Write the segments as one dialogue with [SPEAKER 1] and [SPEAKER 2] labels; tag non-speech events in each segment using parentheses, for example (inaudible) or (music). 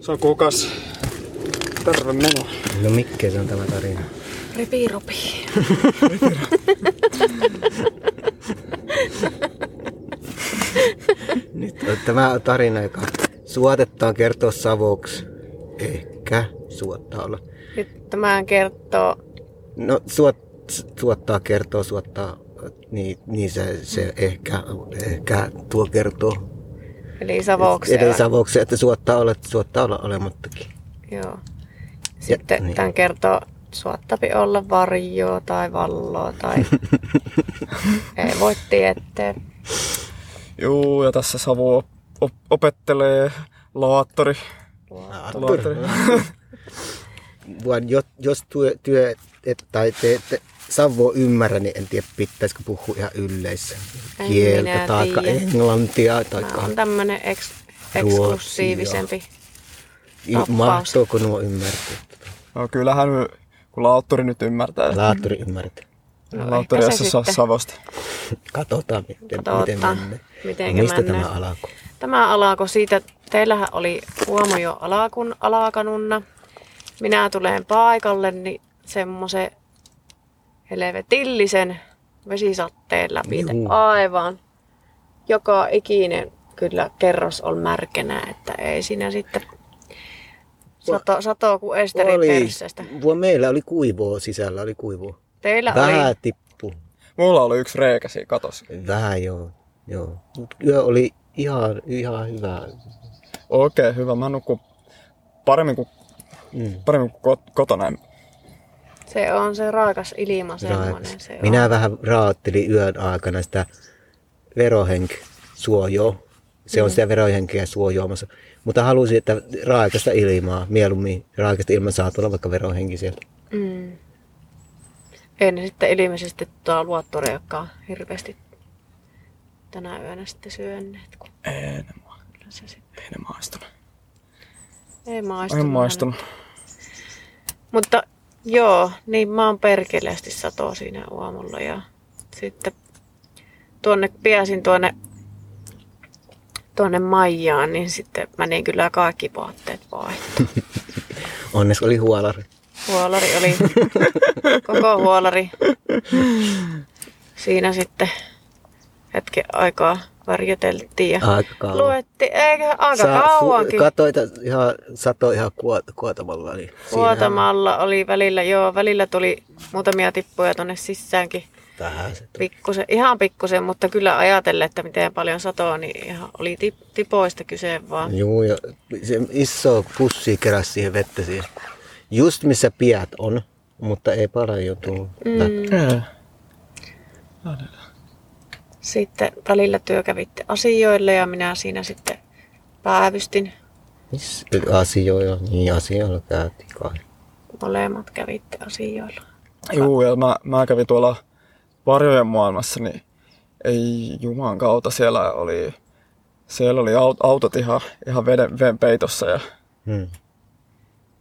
[SPEAKER 1] Se on kuukas. Terve meno.
[SPEAKER 2] No mikä se on tämä tarina?
[SPEAKER 3] Repiiropi.
[SPEAKER 2] Nyt on tämä tarina, joka suotetaan kertoa savuksi. Ehkä suottaa olla.
[SPEAKER 3] Nyt tämä kertoo
[SPEAKER 2] No suot, suottaa kertoo, suottaa. Niin, niin se, se ehkä, ehkä tuo kertoo.
[SPEAKER 3] Eli Savoksella.
[SPEAKER 2] Eli savoksi, että suottaa olla, että suottaa olla olemattakin.
[SPEAKER 3] Joo. Sitten
[SPEAKER 2] niin.
[SPEAKER 3] niin. tämän kertoo, suottapi olla varjoa tai valloa tai ei voi tietää.
[SPEAKER 1] Juu, ja tässä Savu op- op- opettelee laattori. Laattori.
[SPEAKER 2] (laughs) Vaan jos, jos työ, työ et, tai te ette Savo ymmärrä, niin en tiedä pitäisikö puhua ihan yleisessä
[SPEAKER 3] En
[SPEAKER 2] kieltä
[SPEAKER 3] minä
[SPEAKER 2] tai
[SPEAKER 3] tiedä. No.
[SPEAKER 2] englantia tai
[SPEAKER 3] Tämä on tämmöinen eks- eksklusiivisempi. tappaus.
[SPEAKER 2] mahtuuko nuo ymmärtää.
[SPEAKER 1] No kyllähän me- kun laattori nyt ymmärtää. niin
[SPEAKER 2] Laaturi ymmärtää.
[SPEAKER 3] No,
[SPEAKER 1] laattori
[SPEAKER 3] ehkä se
[SPEAKER 1] ei saa
[SPEAKER 3] sitten.
[SPEAKER 1] Savosta.
[SPEAKER 2] Katsotaan, miten, miten
[SPEAKER 3] Totta.
[SPEAKER 2] mennään.
[SPEAKER 3] Mitenkä
[SPEAKER 2] Mistä
[SPEAKER 3] mennään?
[SPEAKER 2] tämä alkoi?
[SPEAKER 3] Tämä alako siitä, teillähän oli Uomo jo alakun, alakanunna. Minä tulen paikalle, niin semmoisen helvetillisen vesisatteen läpi.
[SPEAKER 2] Juu.
[SPEAKER 3] Aivan. Joka ikinen kyllä kerros on märkänä, että ei siinä sitten sato, sato kuin esteri persestä.
[SPEAKER 2] Voi, meillä oli kuivoa sisällä, oli kuivoa.
[SPEAKER 3] Teillä
[SPEAKER 2] Vähän
[SPEAKER 3] oli,
[SPEAKER 2] tippu.
[SPEAKER 1] Mulla oli yksi reikä siinä katossa.
[SPEAKER 2] Vähän joo. joo. Mut yö oli ihan, ihan hyvä.
[SPEAKER 1] Okei, hyvä. Mä nukun paremmin kuin,
[SPEAKER 2] Mm.
[SPEAKER 1] paremmin kuin kot- kotona.
[SPEAKER 3] se on se raakas ilma semmoinen.
[SPEAKER 2] Raikas.
[SPEAKER 3] Se
[SPEAKER 2] Minä vähän raattelin yön aikana sitä verohenk suojoa. Se
[SPEAKER 3] Mm.
[SPEAKER 2] on sitä verohenkeä suojoamassa. Mutta halusin, että raikasta ilmaa, mieluummin raikasta ilmaa saa olla vaikka verohenki siellä.
[SPEAKER 3] on. Mm. Ei ne sitten ilmeisesti tuo luottoreokkaa hirveästi tänä yönä sitten syönneet. Kun
[SPEAKER 1] Ei ne,
[SPEAKER 3] kyllä se sitten
[SPEAKER 1] ei ne maistunut.
[SPEAKER 3] ei maistunut.
[SPEAKER 1] En maistunut.
[SPEAKER 3] Mutta joo, niin mä oon perkeleesti satoa siinä aamulla ja sitten tuonne pääsin tuonne tuonne Maijaan, niin sitten meni kyllä kaikki vaatteet vaihtaa.
[SPEAKER 2] Onneksi oli huolari.
[SPEAKER 3] Huolari oli, (laughs) koko huolari. Siinä sitten hetken aikaa värjöteltiin ja
[SPEAKER 2] Aika kauan.
[SPEAKER 3] luettiin, eikä aika
[SPEAKER 2] Sä
[SPEAKER 3] kauankin.
[SPEAKER 2] fu- Katoit että ihan, satoi ihan kuo- kuotamalla. Niin siinähän
[SPEAKER 3] Vuotamalla oli välillä, joo, välillä tuli muutamia tippuja tonne sisäänkin.
[SPEAKER 2] Vähän se tuli.
[SPEAKER 3] Pikkusen, ihan pikkusen, mutta kyllä ajatellen, että miten paljon satoa, niin ihan oli tip, tipoista kyse vaan.
[SPEAKER 2] Juu, ja se iso pussi keräsi siihen vettä siihen. Just missä piät on, mutta ei paljon tullut. Mm.
[SPEAKER 1] Ei.
[SPEAKER 3] Sitten välillä työ kävitte asioille ja minä siinä sitten päivystin.
[SPEAKER 2] Asioilla, niin asioilla käytiin kai.
[SPEAKER 3] Molemmat kävitte asioilla.
[SPEAKER 1] Juu, ja mä, mä kävin tuolla varjojen maailmassa, niin ei juman kautta siellä oli, siellä oli aut, autot ihan, ihan veden, veden peitossa ja,
[SPEAKER 2] Hmm.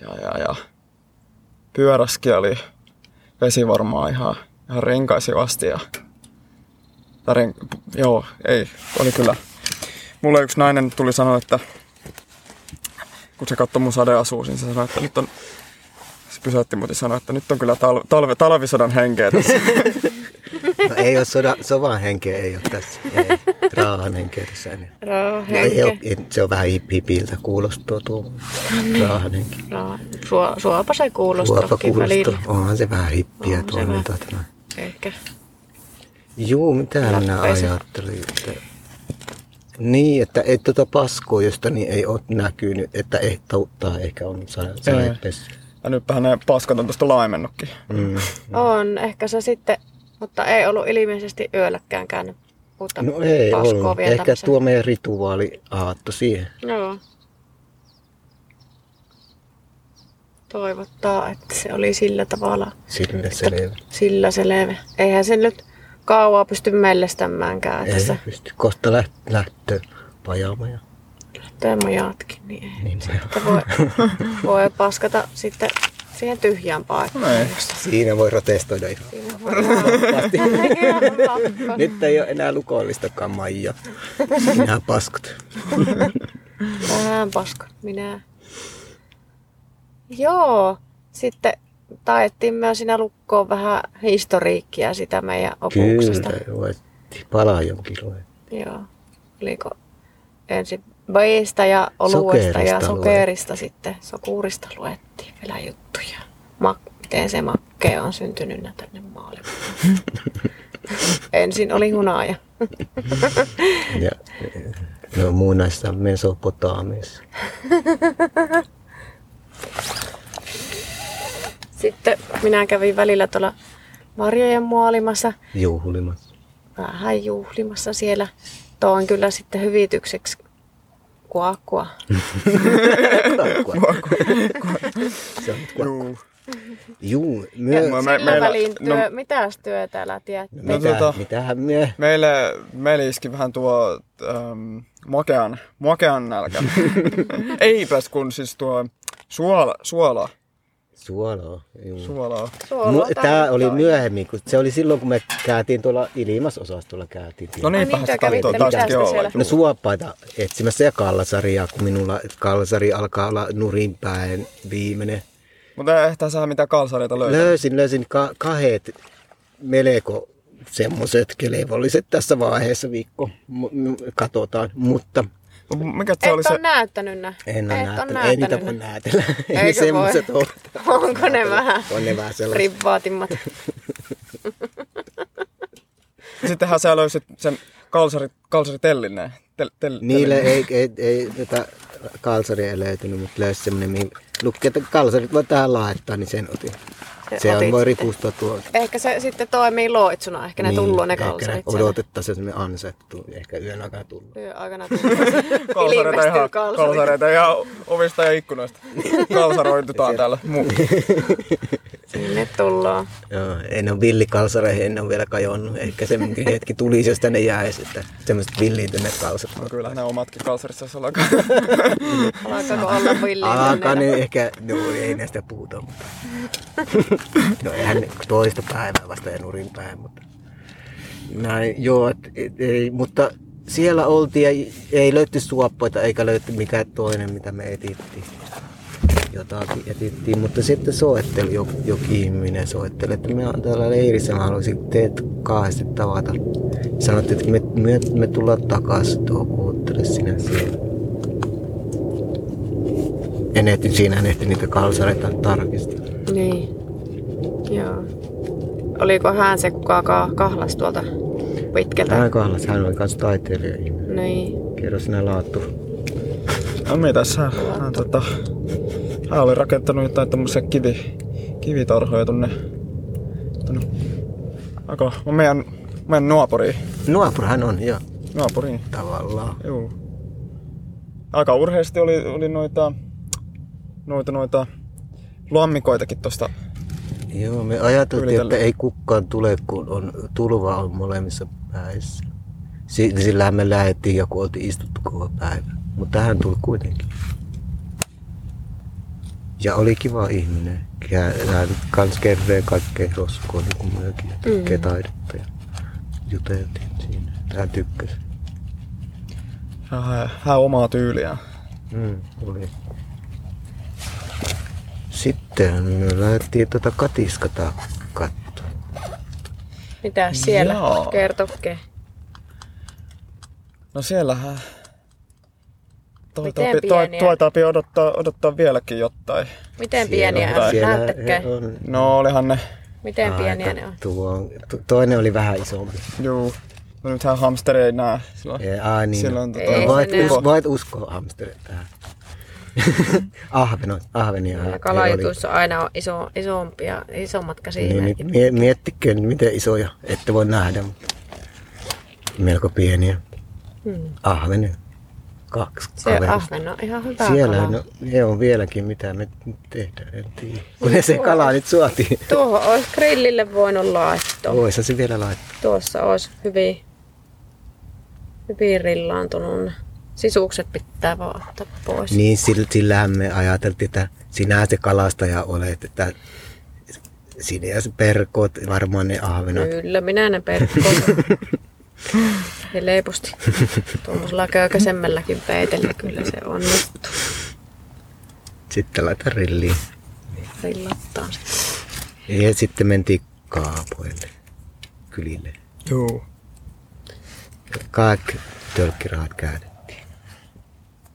[SPEAKER 1] ja, ja, ja pyöräski oli vesi varmaan ihan, ihan renkaisi asti ja, tai ren, joo, ei, oli kyllä. Mulle yksi nainen tuli sanoa, että kun se katsoi mun sadeasuus, niin se sanoi, että nyt on, se pysäytti mut ja sanoi, että nyt on kyllä talve, talve, talvisodan henkeä tässä.
[SPEAKER 2] No, ei ole soda, sovan henkeä, ei ole tässä. Ei, raahan henkeä tässä enää. No, ei
[SPEAKER 3] Rauhenke.
[SPEAKER 2] ole, ei- se on vähän hip- hipiltä kuulostaa tuo
[SPEAKER 3] Niin.
[SPEAKER 2] raahan henki.
[SPEAKER 3] No, suo, suopa se
[SPEAKER 2] Kuopa
[SPEAKER 3] kuulostaakin välillä.
[SPEAKER 2] kuulostaa. Onhan se vähän hippiä
[SPEAKER 3] Onhan se
[SPEAKER 2] tuo.
[SPEAKER 3] vähän.
[SPEAKER 2] Tämä.
[SPEAKER 3] Ehkä.
[SPEAKER 2] Juu, mitä minä
[SPEAKER 3] Lappeisen.
[SPEAKER 2] ajattelin, että... Niin, että ei tuota paskoa, josta niin ei ole näkynyt, että ehtouttaa ehkä on saipes.
[SPEAKER 1] Ja nytpähän ne paskat on tosta laimennutkin.
[SPEAKER 2] Mm.
[SPEAKER 3] On, ehkä se sitten, mutta ei ollut ilmeisesti yölläkään käynyt uutta
[SPEAKER 2] No ei
[SPEAKER 3] paskoa
[SPEAKER 2] ollut.
[SPEAKER 3] vielä
[SPEAKER 2] Ehkä
[SPEAKER 3] tämmöisen-
[SPEAKER 2] tuo meidän rituaali aatto siihen.
[SPEAKER 3] Joo. Toivottaa, että se oli sillä tavalla,
[SPEAKER 2] Sille selvä.
[SPEAKER 3] sillä selvä. Eihän se nyt kauaa pysty mellestämäänkään, että
[SPEAKER 2] Ei
[SPEAKER 3] se
[SPEAKER 2] pysty. Kohta läht- lähtö pajaama ja
[SPEAKER 3] lähtee majaatkin. Niin ei.
[SPEAKER 2] niin se.
[SPEAKER 3] Että
[SPEAKER 2] (laughs)
[SPEAKER 3] voi, voi paskata sitten siihen tyhjään paikkaan.
[SPEAKER 1] No ei.
[SPEAKER 3] jossa-
[SPEAKER 2] Siinä voi protestoida ihan.
[SPEAKER 3] Siinä voi (laughs) olla-
[SPEAKER 2] Nyt ei ole enää lukollistakaan
[SPEAKER 3] (laughs)
[SPEAKER 2] Maija. Minä paskut.
[SPEAKER 3] Vähän paska. Minä Joo. Sitten taettiin myös sinä lukkoon vähän historiikkia sitä meidän opuksesta.
[SPEAKER 2] Kyllä, luettiin. Palaa jonkin luettiin.
[SPEAKER 3] Joo. Oliko ensin veistä ja oluesta ja
[SPEAKER 2] Sokerista
[SPEAKER 3] sokerista sitten, sokurista luettiin vielä juttuja. Mak- miten se makke on syntynyt nä- tänne
[SPEAKER 2] (laughs)
[SPEAKER 3] maalle. ensin oli hunaja.
[SPEAKER 2] Ja, no muinaista Mesopotamiassa.
[SPEAKER 3] Sitten minä kävin välillä tuolla marjojen muolimassa,
[SPEAKER 2] Juhlimassa.
[SPEAKER 3] vähän juhlimassa siellä. Toin kyllä sitten hyvitykseksi kuakkua.
[SPEAKER 2] Se on
[SPEAKER 1] Juu.
[SPEAKER 2] Juu,
[SPEAKER 3] Ja
[SPEAKER 2] myö...
[SPEAKER 3] sillä
[SPEAKER 1] me- meillä-
[SPEAKER 3] välin työ,
[SPEAKER 1] no-
[SPEAKER 3] mitäs työ täällä tiedät?
[SPEAKER 1] No
[SPEAKER 2] Mitä,
[SPEAKER 1] tota-
[SPEAKER 2] mitähän myö...
[SPEAKER 1] Meille, meille iski vähän tuo ähm, makean, makean nälkä. Eipäs kun siis tuo suola, suola,
[SPEAKER 2] Suoloa. Juu.
[SPEAKER 1] suolaa.
[SPEAKER 3] Suoloa
[SPEAKER 2] Tämä oli
[SPEAKER 3] tarvittiin.
[SPEAKER 2] myöhemmin, kun se oli silloin, kun me käytiin tuolla ilmasosastolla käytiin.
[SPEAKER 1] No niin,
[SPEAKER 3] niitä
[SPEAKER 1] päästä
[SPEAKER 3] kävitte,
[SPEAKER 1] tahtoo
[SPEAKER 3] mitä
[SPEAKER 1] taaskin
[SPEAKER 3] te
[SPEAKER 1] olla.
[SPEAKER 3] siellä?
[SPEAKER 1] juu.
[SPEAKER 2] No suoppaita etsimässä ja kallasarjaa, kun minulla kallasari alkaa olla nurin päin viimeinen.
[SPEAKER 1] Mutta eihän sä mitään kalsareita löytää.
[SPEAKER 2] Löysin, löysin ka- kahet melko semmoiset kelevolliset tässä vaiheessa viikko. M- m- katsotaan, mutta
[SPEAKER 1] Mut Mikä se
[SPEAKER 3] Et
[SPEAKER 1] oli
[SPEAKER 3] ole
[SPEAKER 1] se?
[SPEAKER 3] näyttänyt nää.
[SPEAKER 2] en ole
[SPEAKER 3] Et oo
[SPEAKER 2] näytellyt. Ei niitä voi
[SPEAKER 3] nä.
[SPEAKER 2] näytellä. (laughs) Ei ne
[SPEAKER 3] Eikö voi?
[SPEAKER 2] semmoiset ole.
[SPEAKER 3] (laughs) Onko ne vähän
[SPEAKER 2] On ne vähän sellaiset.
[SPEAKER 3] ribbaatimmat?
[SPEAKER 1] Sittenhän sä löysit sen kalsari, kalsaritellinen. Tel, tel,
[SPEAKER 2] Niille
[SPEAKER 1] tellinen.
[SPEAKER 2] ei, ei, ei tätä kalsaria ei löytynyt, mutta löysi semmoinen, mihin lukee, että kalsarit voi tähän laittaa, niin sen otin.
[SPEAKER 3] Sen
[SPEAKER 2] Se on,
[SPEAKER 3] otit
[SPEAKER 2] voi
[SPEAKER 3] sitten.
[SPEAKER 2] ripustaa tuohon.
[SPEAKER 3] (laughs) Ehkä se sitten toimii loitsuna. Ehkä ne tulloo ne kalsarit.
[SPEAKER 2] Niin, Ehkä odotettaisiin semmoinen ansa, että tuu- ehkä yön aikana tullut.
[SPEAKER 3] siellä. Yön aikana tullut.
[SPEAKER 1] kalsareita ihan,
[SPEAKER 3] Ilmestyy kalsarit.
[SPEAKER 1] kalsareita ihan ovista ja ikkunoista. Kalsaroitutaan täällä. Mu-
[SPEAKER 3] Sinne tullaan.
[SPEAKER 2] Joo, en ole villikalsareihin, en ole vielä kajonnut. Ehkä semmoinen hetki tulisi, jos tänne jäisi, että semmoiset villiintyneet kalsarit.
[SPEAKER 1] no kyllähän ne omatkin kalsarit saisi olla.
[SPEAKER 3] Alkaako olla
[SPEAKER 2] Alkaa
[SPEAKER 3] villiin?
[SPEAKER 2] niin ehkä, no ei näistä puhuta, mutta... (laughs) no eihän ne toista päivää vasta ja nurin päin, mutta... Näin, joo, et, et, ei, mutta siellä oltiin ja ei löytty suoppoita eikä löytty mikään toinen, mitä me etittiin. Jotakin etittiin, mutta sitten soitteli joku, joku ihminen, soitteli, että me on täällä leirissä, mä haluaisin teet kahdesti tavata. Sanottiin, että me, me, me tullaan takaisin tuohon, kuuntele sinä siellä. En ehti, siinä en ehti niitä kalsareita tarkistaa.
[SPEAKER 3] Niin. Joo. Oliko hän se, kuka ka- kahlas tuolta pitkältä?
[SPEAKER 2] Hän kahlas, hän oli kanssa taiteilija ihminen.
[SPEAKER 3] Niin.
[SPEAKER 2] Kerro sinä laattu.
[SPEAKER 1] No mitäs hän, hän, tota, hän oli rakentanut jotain tämmöisiä kivi, kivitarhoja tonne, tonne aika, no meidän, meidän naapuriin,
[SPEAKER 2] Nuopurahan on, joo,
[SPEAKER 1] naapuriin,
[SPEAKER 2] tavallaan.
[SPEAKER 1] juu. Aika urheasti oli, oli noita, noita, noita lammikoitakin tosta.
[SPEAKER 2] Joo, me ajateltiin,
[SPEAKER 1] Ylitellä.
[SPEAKER 2] että ei kukaan tule, kun on, tulva on molemmissa päissä. Si- Sillähän me lähdettiin ja kun oltiin istuttu koko päivä. Mutta hän tuli kuitenkin. Ja oli kiva ihminen. Ja hän kans kerree kaikkea roskoa, niin kuin myökin. Ja tykkää taidetta ja juteltiin siinä. Hän tykkäsi.
[SPEAKER 1] Hän, hän omaa tyyliään.
[SPEAKER 2] Mm, oli. Sitten me lähdettiin tuota katiskata katsoa.
[SPEAKER 3] Mitä siellä?
[SPEAKER 1] Joo.
[SPEAKER 3] Kertokke.
[SPEAKER 1] No siellähän... Toi,
[SPEAKER 3] Miten
[SPEAKER 1] toi, toi,
[SPEAKER 3] pieniä?
[SPEAKER 1] toi taipi odottaa, odottaa vieläkin jotain.
[SPEAKER 3] Miten pieniä ne on? Näyttäkää.
[SPEAKER 2] on
[SPEAKER 1] No olihan ne
[SPEAKER 3] Miten pieniä
[SPEAKER 2] aika
[SPEAKER 3] ne on?
[SPEAKER 2] Tuo, tu- toinen oli vähän isompi.
[SPEAKER 1] Juu. No nythän hamsteri ei näe. Silloin,
[SPEAKER 2] Ei, ai niin.
[SPEAKER 1] silloin
[SPEAKER 2] no.
[SPEAKER 1] tota,
[SPEAKER 3] Ei
[SPEAKER 2] voit,
[SPEAKER 3] se näy.
[SPEAKER 2] us, voit uskoa hamsterit tähän. (laughs) ahveno, ahvenia.
[SPEAKER 3] Ja kalajutuissa aina on iso, isompia, isommat
[SPEAKER 2] Niin,
[SPEAKER 3] käsineet.
[SPEAKER 2] niin, mie- miettikö nyt, miten isoja, ette voi nähdä, mutta melko pieniä.
[SPEAKER 3] Hmm.
[SPEAKER 2] Ahvenia. Kaksi
[SPEAKER 3] Se
[SPEAKER 2] kaveria.
[SPEAKER 3] ahven on ihan hyvä
[SPEAKER 2] Siellä
[SPEAKER 3] kala.
[SPEAKER 2] no, ne on vieläkin, mitä me nyt tehdään, en tiedä. Kun ne se kala nyt suotiin.
[SPEAKER 3] Tuohon olisi grillille voinut laittaa.
[SPEAKER 2] Voisi se vielä laittaa.
[SPEAKER 3] Tuossa olisi hyvin, hyvin rillaantunut. ne. Sisukset pitää vaan ottaa pois.
[SPEAKER 2] Niin sillä, sillähän me ajateltiin, että sinä se kalastaja olet, että sinä ja se perkoot, varmaan ne ahvenat.
[SPEAKER 3] Kyllä, minä ne
[SPEAKER 2] (laughs)
[SPEAKER 3] perkkoon. ja leiposti. Tuommoisella köykäisemmälläkin peitellä kyllä se onnistuu.
[SPEAKER 2] Sitten laita rilliin.
[SPEAKER 3] rillattaan sitten.
[SPEAKER 2] Ja sitten mentiin kaapoille, kylille.
[SPEAKER 1] Juu.
[SPEAKER 2] Kaikki tölkkirahat käytettiin.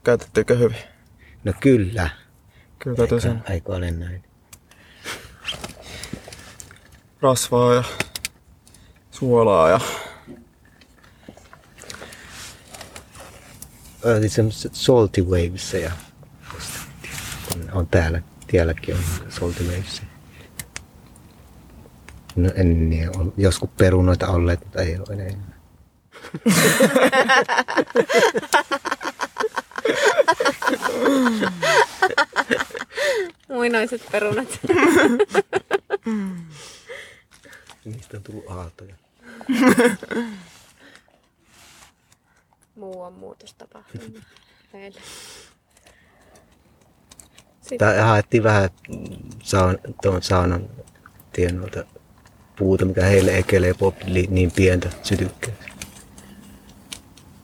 [SPEAKER 1] Käytettiinkö hyvin?
[SPEAKER 2] No kyllä.
[SPEAKER 1] Kyllä täytyy
[SPEAKER 2] Aika-
[SPEAKER 1] sen
[SPEAKER 2] Aika olen näin.
[SPEAKER 1] rasvaa ja suolaa ja
[SPEAKER 2] Oli semmoiset salty waves ja on, on täällä, tielläkin on salty waves. No en niin, on joskus perunoita olleet, mutta ei ole enää.
[SPEAKER 3] Muinaiset perunat.
[SPEAKER 2] Niistä on tullut aaltoja.
[SPEAKER 3] Muu on muutos tapahtunut meillä. Sitten
[SPEAKER 2] Tai haettiin vähän saun, tuon saunan tienoilta puuta, mikä heille ekelee pop li- niin pientä sytykkää.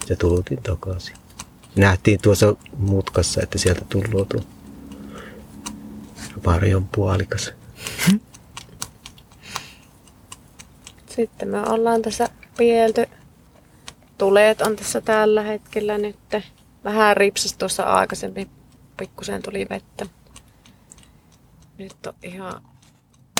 [SPEAKER 2] Ja tultiin takaisin. Nähtiin tuossa mutkassa, että sieltä tulee tuo varjon puolikas.
[SPEAKER 3] Sitten me ollaan tässä pielty. Tuleet on tässä tällä hetkellä nyt. Vähän ripsas tuossa aikaisemmin. Pikkuseen tuli vettä. Nyt on ihan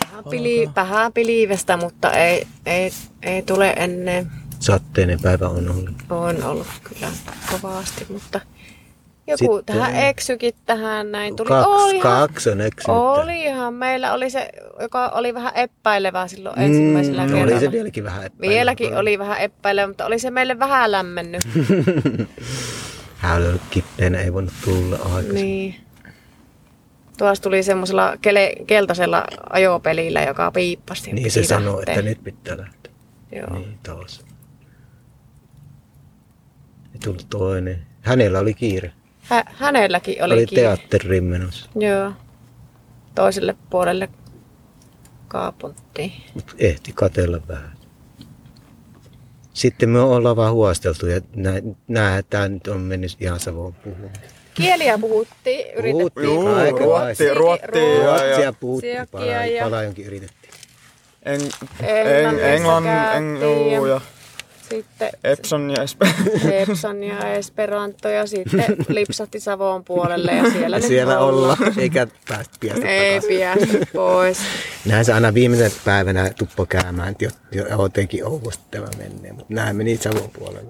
[SPEAKER 3] vähän, pili, vähän pilivestä, mutta ei, ei, ei tule ennen.
[SPEAKER 2] Satteinen päivä on ollut.
[SPEAKER 3] On ollut kyllä kovasti, mutta joku
[SPEAKER 2] Sitten-
[SPEAKER 3] Sitten... tähän eksykin tähän näin tuli.
[SPEAKER 2] Kaksi,
[SPEAKER 3] Olihan-
[SPEAKER 2] kaksi on eksynyt.
[SPEAKER 3] Olihan. Meillä oli se, joka oli vähän epäilevää silloin mm, ensimmäisellä
[SPEAKER 2] Mm,
[SPEAKER 3] kerralla.
[SPEAKER 2] oli se vieläkin vähän epäilyä.
[SPEAKER 3] Vieläkin oli vähän epäilevä, mutta oli se meille
[SPEAKER 2] (laughs)
[SPEAKER 3] vähän lämmennyt.
[SPEAKER 2] Niin. Hän oli ollut kipeänä, ei voinut tulla aikaisemmin.
[SPEAKER 3] niin. Tuossa tuli semmoisella kele, keltaisella ajopelillä, joka piippasi.
[SPEAKER 2] Niin se
[SPEAKER 3] Piti
[SPEAKER 2] sanoo,
[SPEAKER 3] lähteä.
[SPEAKER 2] että nyt pitää lähteä.
[SPEAKER 3] Joo.
[SPEAKER 2] Niin taas. Ja tuli toinen. Hänellä oli kiire.
[SPEAKER 3] Hä, hänelläkin oli,
[SPEAKER 2] oli
[SPEAKER 3] kiire.
[SPEAKER 2] teatteriin menossa.
[SPEAKER 3] Joo. Toiselle puolelle kaapuntiin.
[SPEAKER 2] Mut ehti katella vähän. Sitten me ollaan vaan huosteltu ja nähdään, että tämä nyt on mennyt ihan Savoon puhumaan.
[SPEAKER 3] Kieliä puhuttiin, yritettiin.
[SPEAKER 2] Juu,
[SPEAKER 1] juu,
[SPEAKER 2] kaikenlaista.
[SPEAKER 1] ruottia, ruottia ja, ja
[SPEAKER 2] Ruotsia puhuttiin,
[SPEAKER 3] Siakkia
[SPEAKER 2] palaa,
[SPEAKER 3] ja-
[SPEAKER 2] palaa jonkin yritettiin.
[SPEAKER 1] en, en,
[SPEAKER 3] Englannissa
[SPEAKER 1] englann, en,
[SPEAKER 3] käytiin
[SPEAKER 1] juu,
[SPEAKER 3] ja-
[SPEAKER 1] ja
[SPEAKER 3] Sitten
[SPEAKER 1] Epson ja Espe-
[SPEAKER 3] Epson ja Esperanto ja
[SPEAKER 2] (laughs)
[SPEAKER 3] sitten lipsahti Savoon puolelle ja siellä
[SPEAKER 2] Ja
[SPEAKER 3] nyt
[SPEAKER 2] siellä ollaan, eikä päästä piästä
[SPEAKER 3] Ei
[SPEAKER 2] takaisin.
[SPEAKER 3] päästä pois.
[SPEAKER 2] Näin se aina viimeisenä päivänä tuppo käymään, että jo- jo- jotenkin ouvosti tämä menee, mutta nämä meni Savon puolelle.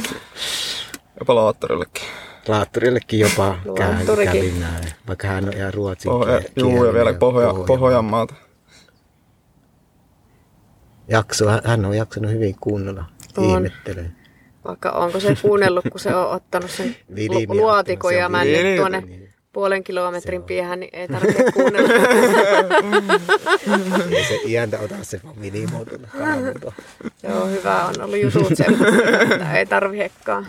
[SPEAKER 1] (laughs) jopa laattarillekin.
[SPEAKER 2] Laatturillekin jopa käy-
[SPEAKER 3] Laanturikin.
[SPEAKER 2] kävi näin, vaikka hän on ihan ruotsin
[SPEAKER 1] Pohja,
[SPEAKER 2] kiel-
[SPEAKER 1] juu, ja
[SPEAKER 2] kielinen
[SPEAKER 1] vielä Pohja,
[SPEAKER 2] Pohjan-
[SPEAKER 1] Pohjanmaalta.
[SPEAKER 2] Jakso, hän on jaksanut hyvin kuunnella,
[SPEAKER 3] On.
[SPEAKER 2] ihmettelee.
[SPEAKER 3] Vaikka onko se kuunnellut, kun se on ottanut sen
[SPEAKER 2] Vilimiä
[SPEAKER 3] lu- luotikon
[SPEAKER 2] ottanut, Niin, se
[SPEAKER 3] ja
[SPEAKER 2] on
[SPEAKER 1] vilimiä.
[SPEAKER 3] männyt tuonne
[SPEAKER 2] Niin.
[SPEAKER 3] puolen kilometrin piähän, niin ei tarvitse
[SPEAKER 2] (laughs)
[SPEAKER 3] kuunnella.
[SPEAKER 2] Ei se iäntä ota se vaan minimoituna kaamuta.
[SPEAKER 3] Joo, hyvä on ollut jutut semmoista, että ei tarvihekaan.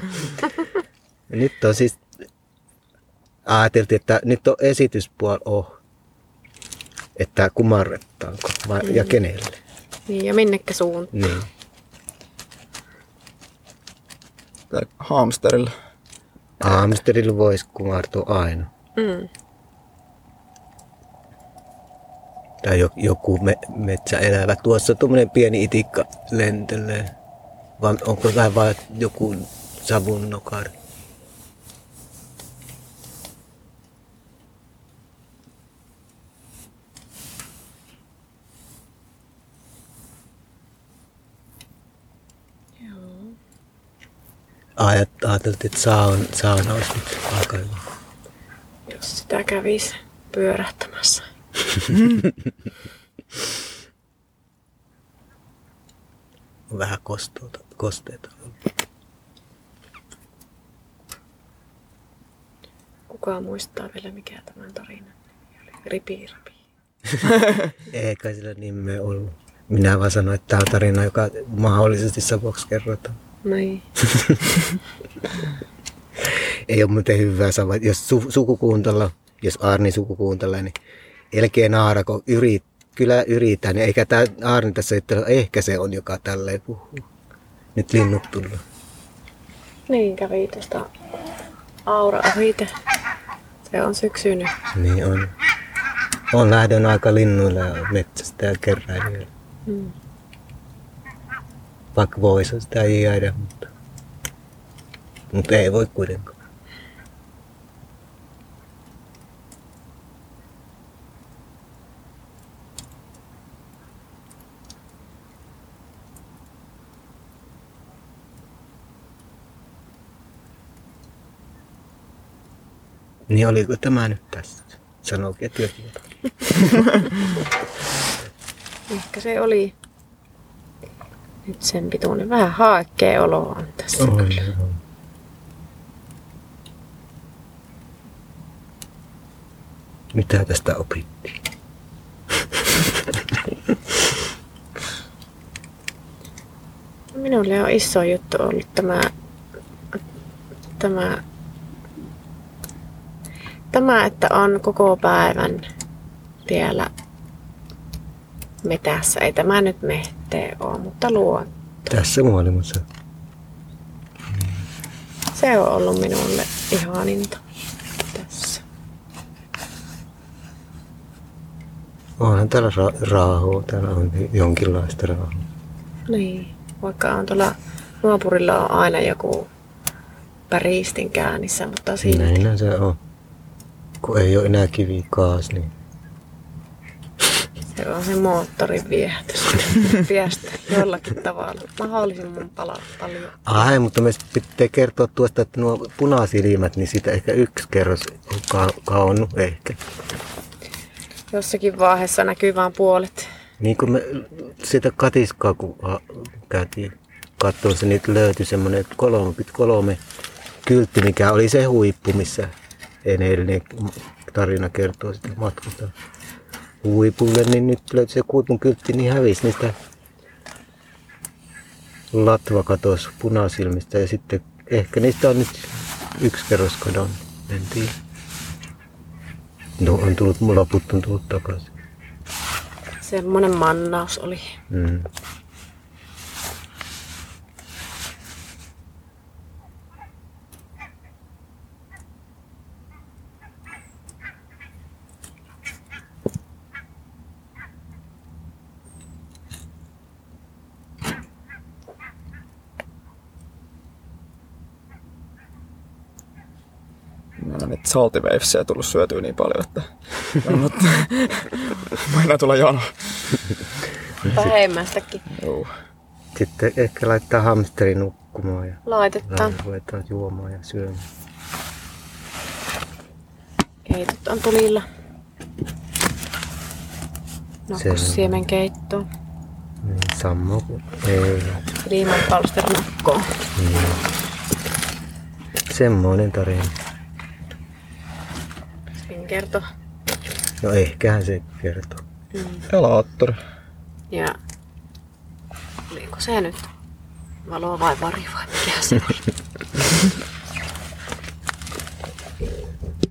[SPEAKER 2] Ja Nyt on siis, ajateltiin, että nyt on esityspuoli oh, että kumarrettaanko vai, ja kenelle.
[SPEAKER 3] Niin, ja minnekä suuntaan.
[SPEAKER 2] Niin.
[SPEAKER 1] Tai Hamsterilla.
[SPEAKER 2] Amsterilla voisi kumartua aina.
[SPEAKER 3] Mm.
[SPEAKER 2] Tai jo- joku me, metsäelävä. Tuossa tuommoinen pieni itikka lentelee. Vai onko vähän vain joku savunnokari? Ajat- Ajateltiin, että sauna, sauna olisi nyt aika hyvä.
[SPEAKER 3] Jos sitä kävisi pyörähtämässä.
[SPEAKER 2] On vähän kosteita. kosteita.
[SPEAKER 3] Kuka muistaa vielä, mikä tämän tarinan nimi oli? Ripi, ripi.
[SPEAKER 2] Ei kai sillä nimeä ollut. Minä vaan sanoin, että tämä on tarina, joka mahdollisesti savoksi kerrotaan.
[SPEAKER 3] Niin.
[SPEAKER 2] Ei ole muuten hyvää savaa. Jos su- sukukuuntalla, jos Arni sukukuuntalla, niin elkeä naara, kun yrit, kyllä yritän. Niin eikä tämä Arni tässä sitten ole. Ehkä se on, joka tälleen puhuu. Nyt linnut tullut.
[SPEAKER 3] Niin kävi tuosta Aura ohite. Se Se on syksy nyt.
[SPEAKER 2] Niin on. On lähdön aika linnuilla ja metsästä ja keräilijöillä.
[SPEAKER 3] Mm.
[SPEAKER 2] Vaikka voisi sitä ei jäädä, mutta... Mutta ei voi kuitenkaan. Niin oliko tämä nyt tässä? Sanoikin, että jokin jotain.
[SPEAKER 3] Ehkä se oli nyt sen pituinen. Vähän haekkeen olo on tässä.
[SPEAKER 2] On,
[SPEAKER 3] kyllä.
[SPEAKER 2] on. Mitä tästä opittiin?
[SPEAKER 3] Minulle on iso juttu ollut tämä, tämä, tämä, että on koko päivän vielä metässä. Ei tämä nyt mehtee ole, mutta luo.
[SPEAKER 2] Tässä maailmassa.
[SPEAKER 3] Se on ollut minulle ihaninta tässä.
[SPEAKER 2] Onhan täällä ra- raahoa, täällä on jonkinlaista raahoa.
[SPEAKER 3] Niin, vaikka on tuolla naapurilla on aina joku päristin käännissä, mutta siinä
[SPEAKER 2] Näinhän se on. Kun ei ole enää kivikaas, niin
[SPEAKER 3] Se on se moottorin viehätys. Viestä jollakin tavalla. Mahdollisimman pala- paljon.
[SPEAKER 2] Ai, mutta me pitää kertoa tuosta, että nuo punasilmät, niin sitä ehkä yksi kerros on ka- kaonnut ehkä.
[SPEAKER 3] Jossakin vaiheessa näkyy vain puolet.
[SPEAKER 2] Niin kuin me sitä katiskaa, kun ha- käytiin katsomassa, niin löytyi semmoinen 33 kyltti, mikä oli se huippu, missä edellinen tarina kertoo sitä matkusta huipulle, niin nyt löytyi se huipun kyltti, niin hävisi niistä latva katosi punasilmistä ja sitten ehkä niistä on nyt yksi kerros kadonnut, en tiedä. No on tullut, mulla on tullut takaisin.
[SPEAKER 3] Semmoinen mannaus oli.
[SPEAKER 2] Mm.
[SPEAKER 1] Mä oon niitä saltiveiffsejä tullut syötyä niin paljon, että (laughs) on (laughs) ottaa. Mä enää tulla jano.
[SPEAKER 3] Vähemmästäkin
[SPEAKER 1] Juu.
[SPEAKER 2] Sitten ehkä laittaa hamsteri nukkumaan ja
[SPEAKER 3] laitetaan.
[SPEAKER 2] ruvetaan juomaan ja syömään.
[SPEAKER 3] Keitot on tulilla.
[SPEAKER 2] Se on-
[SPEAKER 3] Nokkussiemen keitto.
[SPEAKER 2] Niin, Sammo, ei.
[SPEAKER 3] Liimanpalsternakkoon.
[SPEAKER 2] Niin. Semmoinen tarina.
[SPEAKER 3] Sen kerto.
[SPEAKER 2] No ehkähän se kertoo.
[SPEAKER 1] Elaattori.
[SPEAKER 3] Ja oliko se nyt valo vai varjo vai mikä se oli?